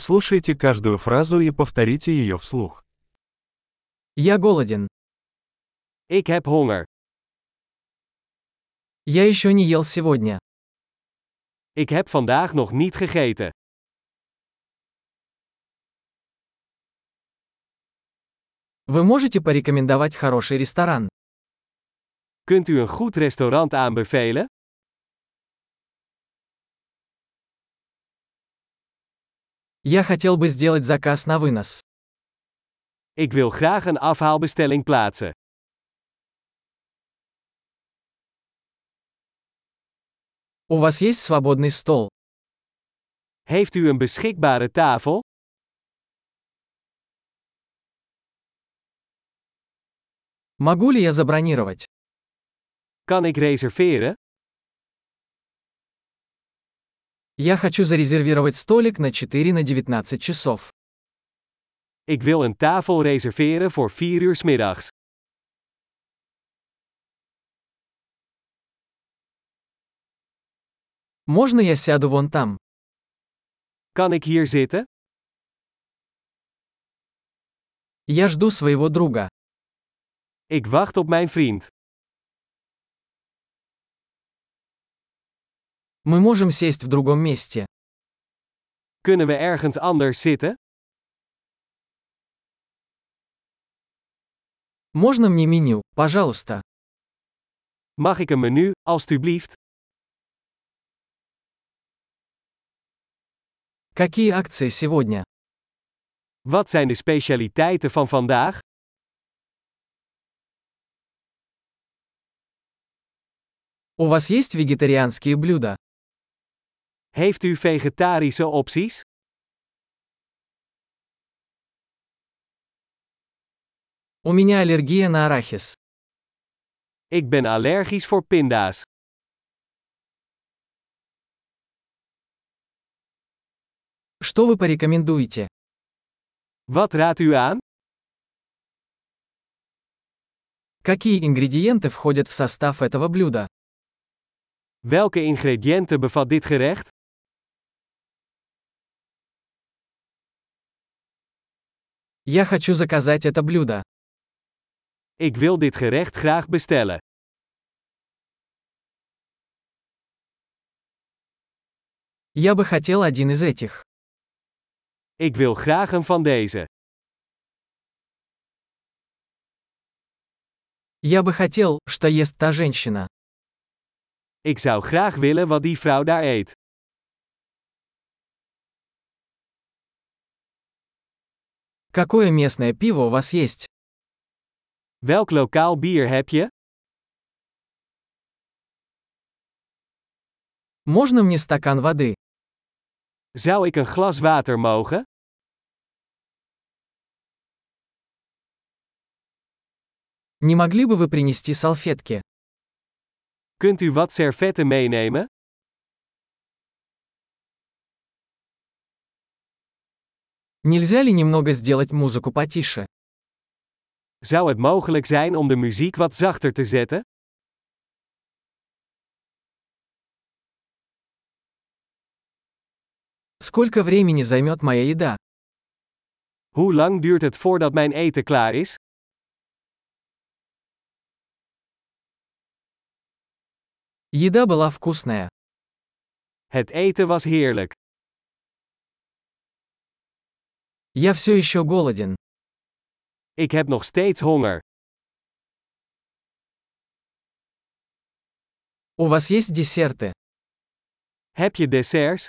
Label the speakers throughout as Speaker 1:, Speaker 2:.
Speaker 1: Прослушайте каждую фразу и повторите ее вслух.
Speaker 2: Я голоден.
Speaker 3: Ik heb honger.
Speaker 2: Я еще не ел сегодня.
Speaker 3: Ik heb vandaag nog niet gegeten.
Speaker 2: Вы можете порекомендовать хороший ресторан?
Speaker 3: Kunt u een goed restaurant aanbevelen?
Speaker 2: Я хотел бы сделать заказ на вынос.
Speaker 3: Ik wil graag een afhaalbestelling plaatsen.
Speaker 2: У вас есть свободный стол?
Speaker 3: Heeft u een beschikbare tafel?
Speaker 2: Могу ли я забронировать?
Speaker 3: Kan ik reserveren?
Speaker 2: Я хочу зарезервировать столик на 4 на 19 часов.
Speaker 3: Ik wil een tafel reserveren voor 4 uur 's middags.
Speaker 2: Можно я сяду вон там?
Speaker 3: Kan ik hier zitten?
Speaker 2: Я жду своего друга.
Speaker 3: Ik wacht op mijn vriend.
Speaker 2: Мы можем сесть в другом месте.
Speaker 3: Kunnen we ergens anders zitten?
Speaker 2: Можно мне меню, пожалуйста?
Speaker 3: Mag ik een menu, alstublieft?
Speaker 2: Какие акции сегодня?
Speaker 3: Wat zijn de specialiteiten van vandaag?
Speaker 2: У вас есть вегетарианские блюда?
Speaker 3: Heeft u vegetarische opties?
Speaker 2: У меня аллергия на арахис.
Speaker 3: Ik ben allergisch voor pinda's.
Speaker 2: Что вы порекомендуете?
Speaker 3: Wat raadt u aan?
Speaker 2: Какие ингредиенты входят в состав этого блюда?
Speaker 3: Welke ingrediënten bevat dit gerecht?
Speaker 2: Я хочу заказать это блюдо.
Speaker 3: Ik wil dit gerecht graag bestellen.
Speaker 2: Я бы хотел один из этих.
Speaker 3: Ik wil graag een van deze.
Speaker 2: Я бы хотел, что ест та женщина.
Speaker 3: Ik zou graag willen wat die vrouw daar eet.
Speaker 2: Какое местное пиво у вас есть?
Speaker 3: Welk lokaal bier heb je?
Speaker 2: Можно мне стакан воды?
Speaker 3: Zou ik een glas water mogen?
Speaker 2: Не могли бы вы принести салфетки?
Speaker 3: Kunt u wat servetten meenemen?
Speaker 2: Нельзя ли немного сделать музыку потише?
Speaker 3: Zou het mogelijk zijn om de muziek wat zachter te zetten?
Speaker 2: Сколько времени займет моя еда?
Speaker 3: Hoe lang duurt het voordat mijn eten klaar is?
Speaker 2: Еда была вкусная.
Speaker 3: Het eten was heerlijk.
Speaker 2: Я все еще голоден.
Speaker 3: Ik heb nog steeds honger.
Speaker 2: У вас есть десерты?
Speaker 3: Heb je desserts?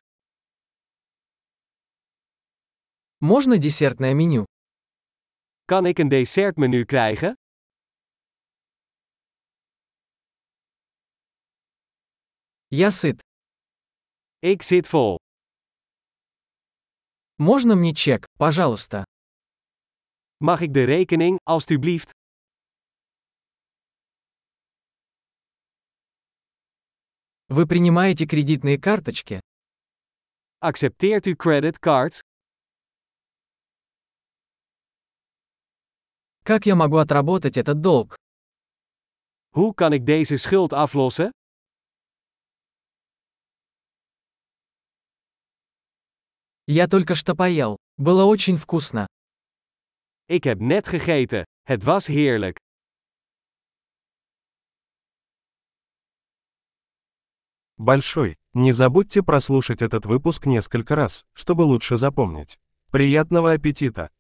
Speaker 2: Можно десертное меню?
Speaker 3: Kan ik een dessertmenu krijgen?
Speaker 2: Я сыт.
Speaker 3: Ik zit vol.
Speaker 2: Можно мне чек, пожалуйста?
Speaker 3: Mag ik de rekening, alstublieft?
Speaker 2: Вы принимаете кредитные карточки?
Speaker 3: Accepteert u creditcards?
Speaker 2: Как я могу отработать этот долг?
Speaker 3: Hoe kan ik deze schuld aflossen?
Speaker 2: Я только что поел. Было очень вкусно.
Speaker 3: Ik heb net gegeten. Het was heerlijk.
Speaker 1: Большой. Не забудьте прослушать этот выпуск несколько раз, чтобы лучше запомнить. Приятного аппетита!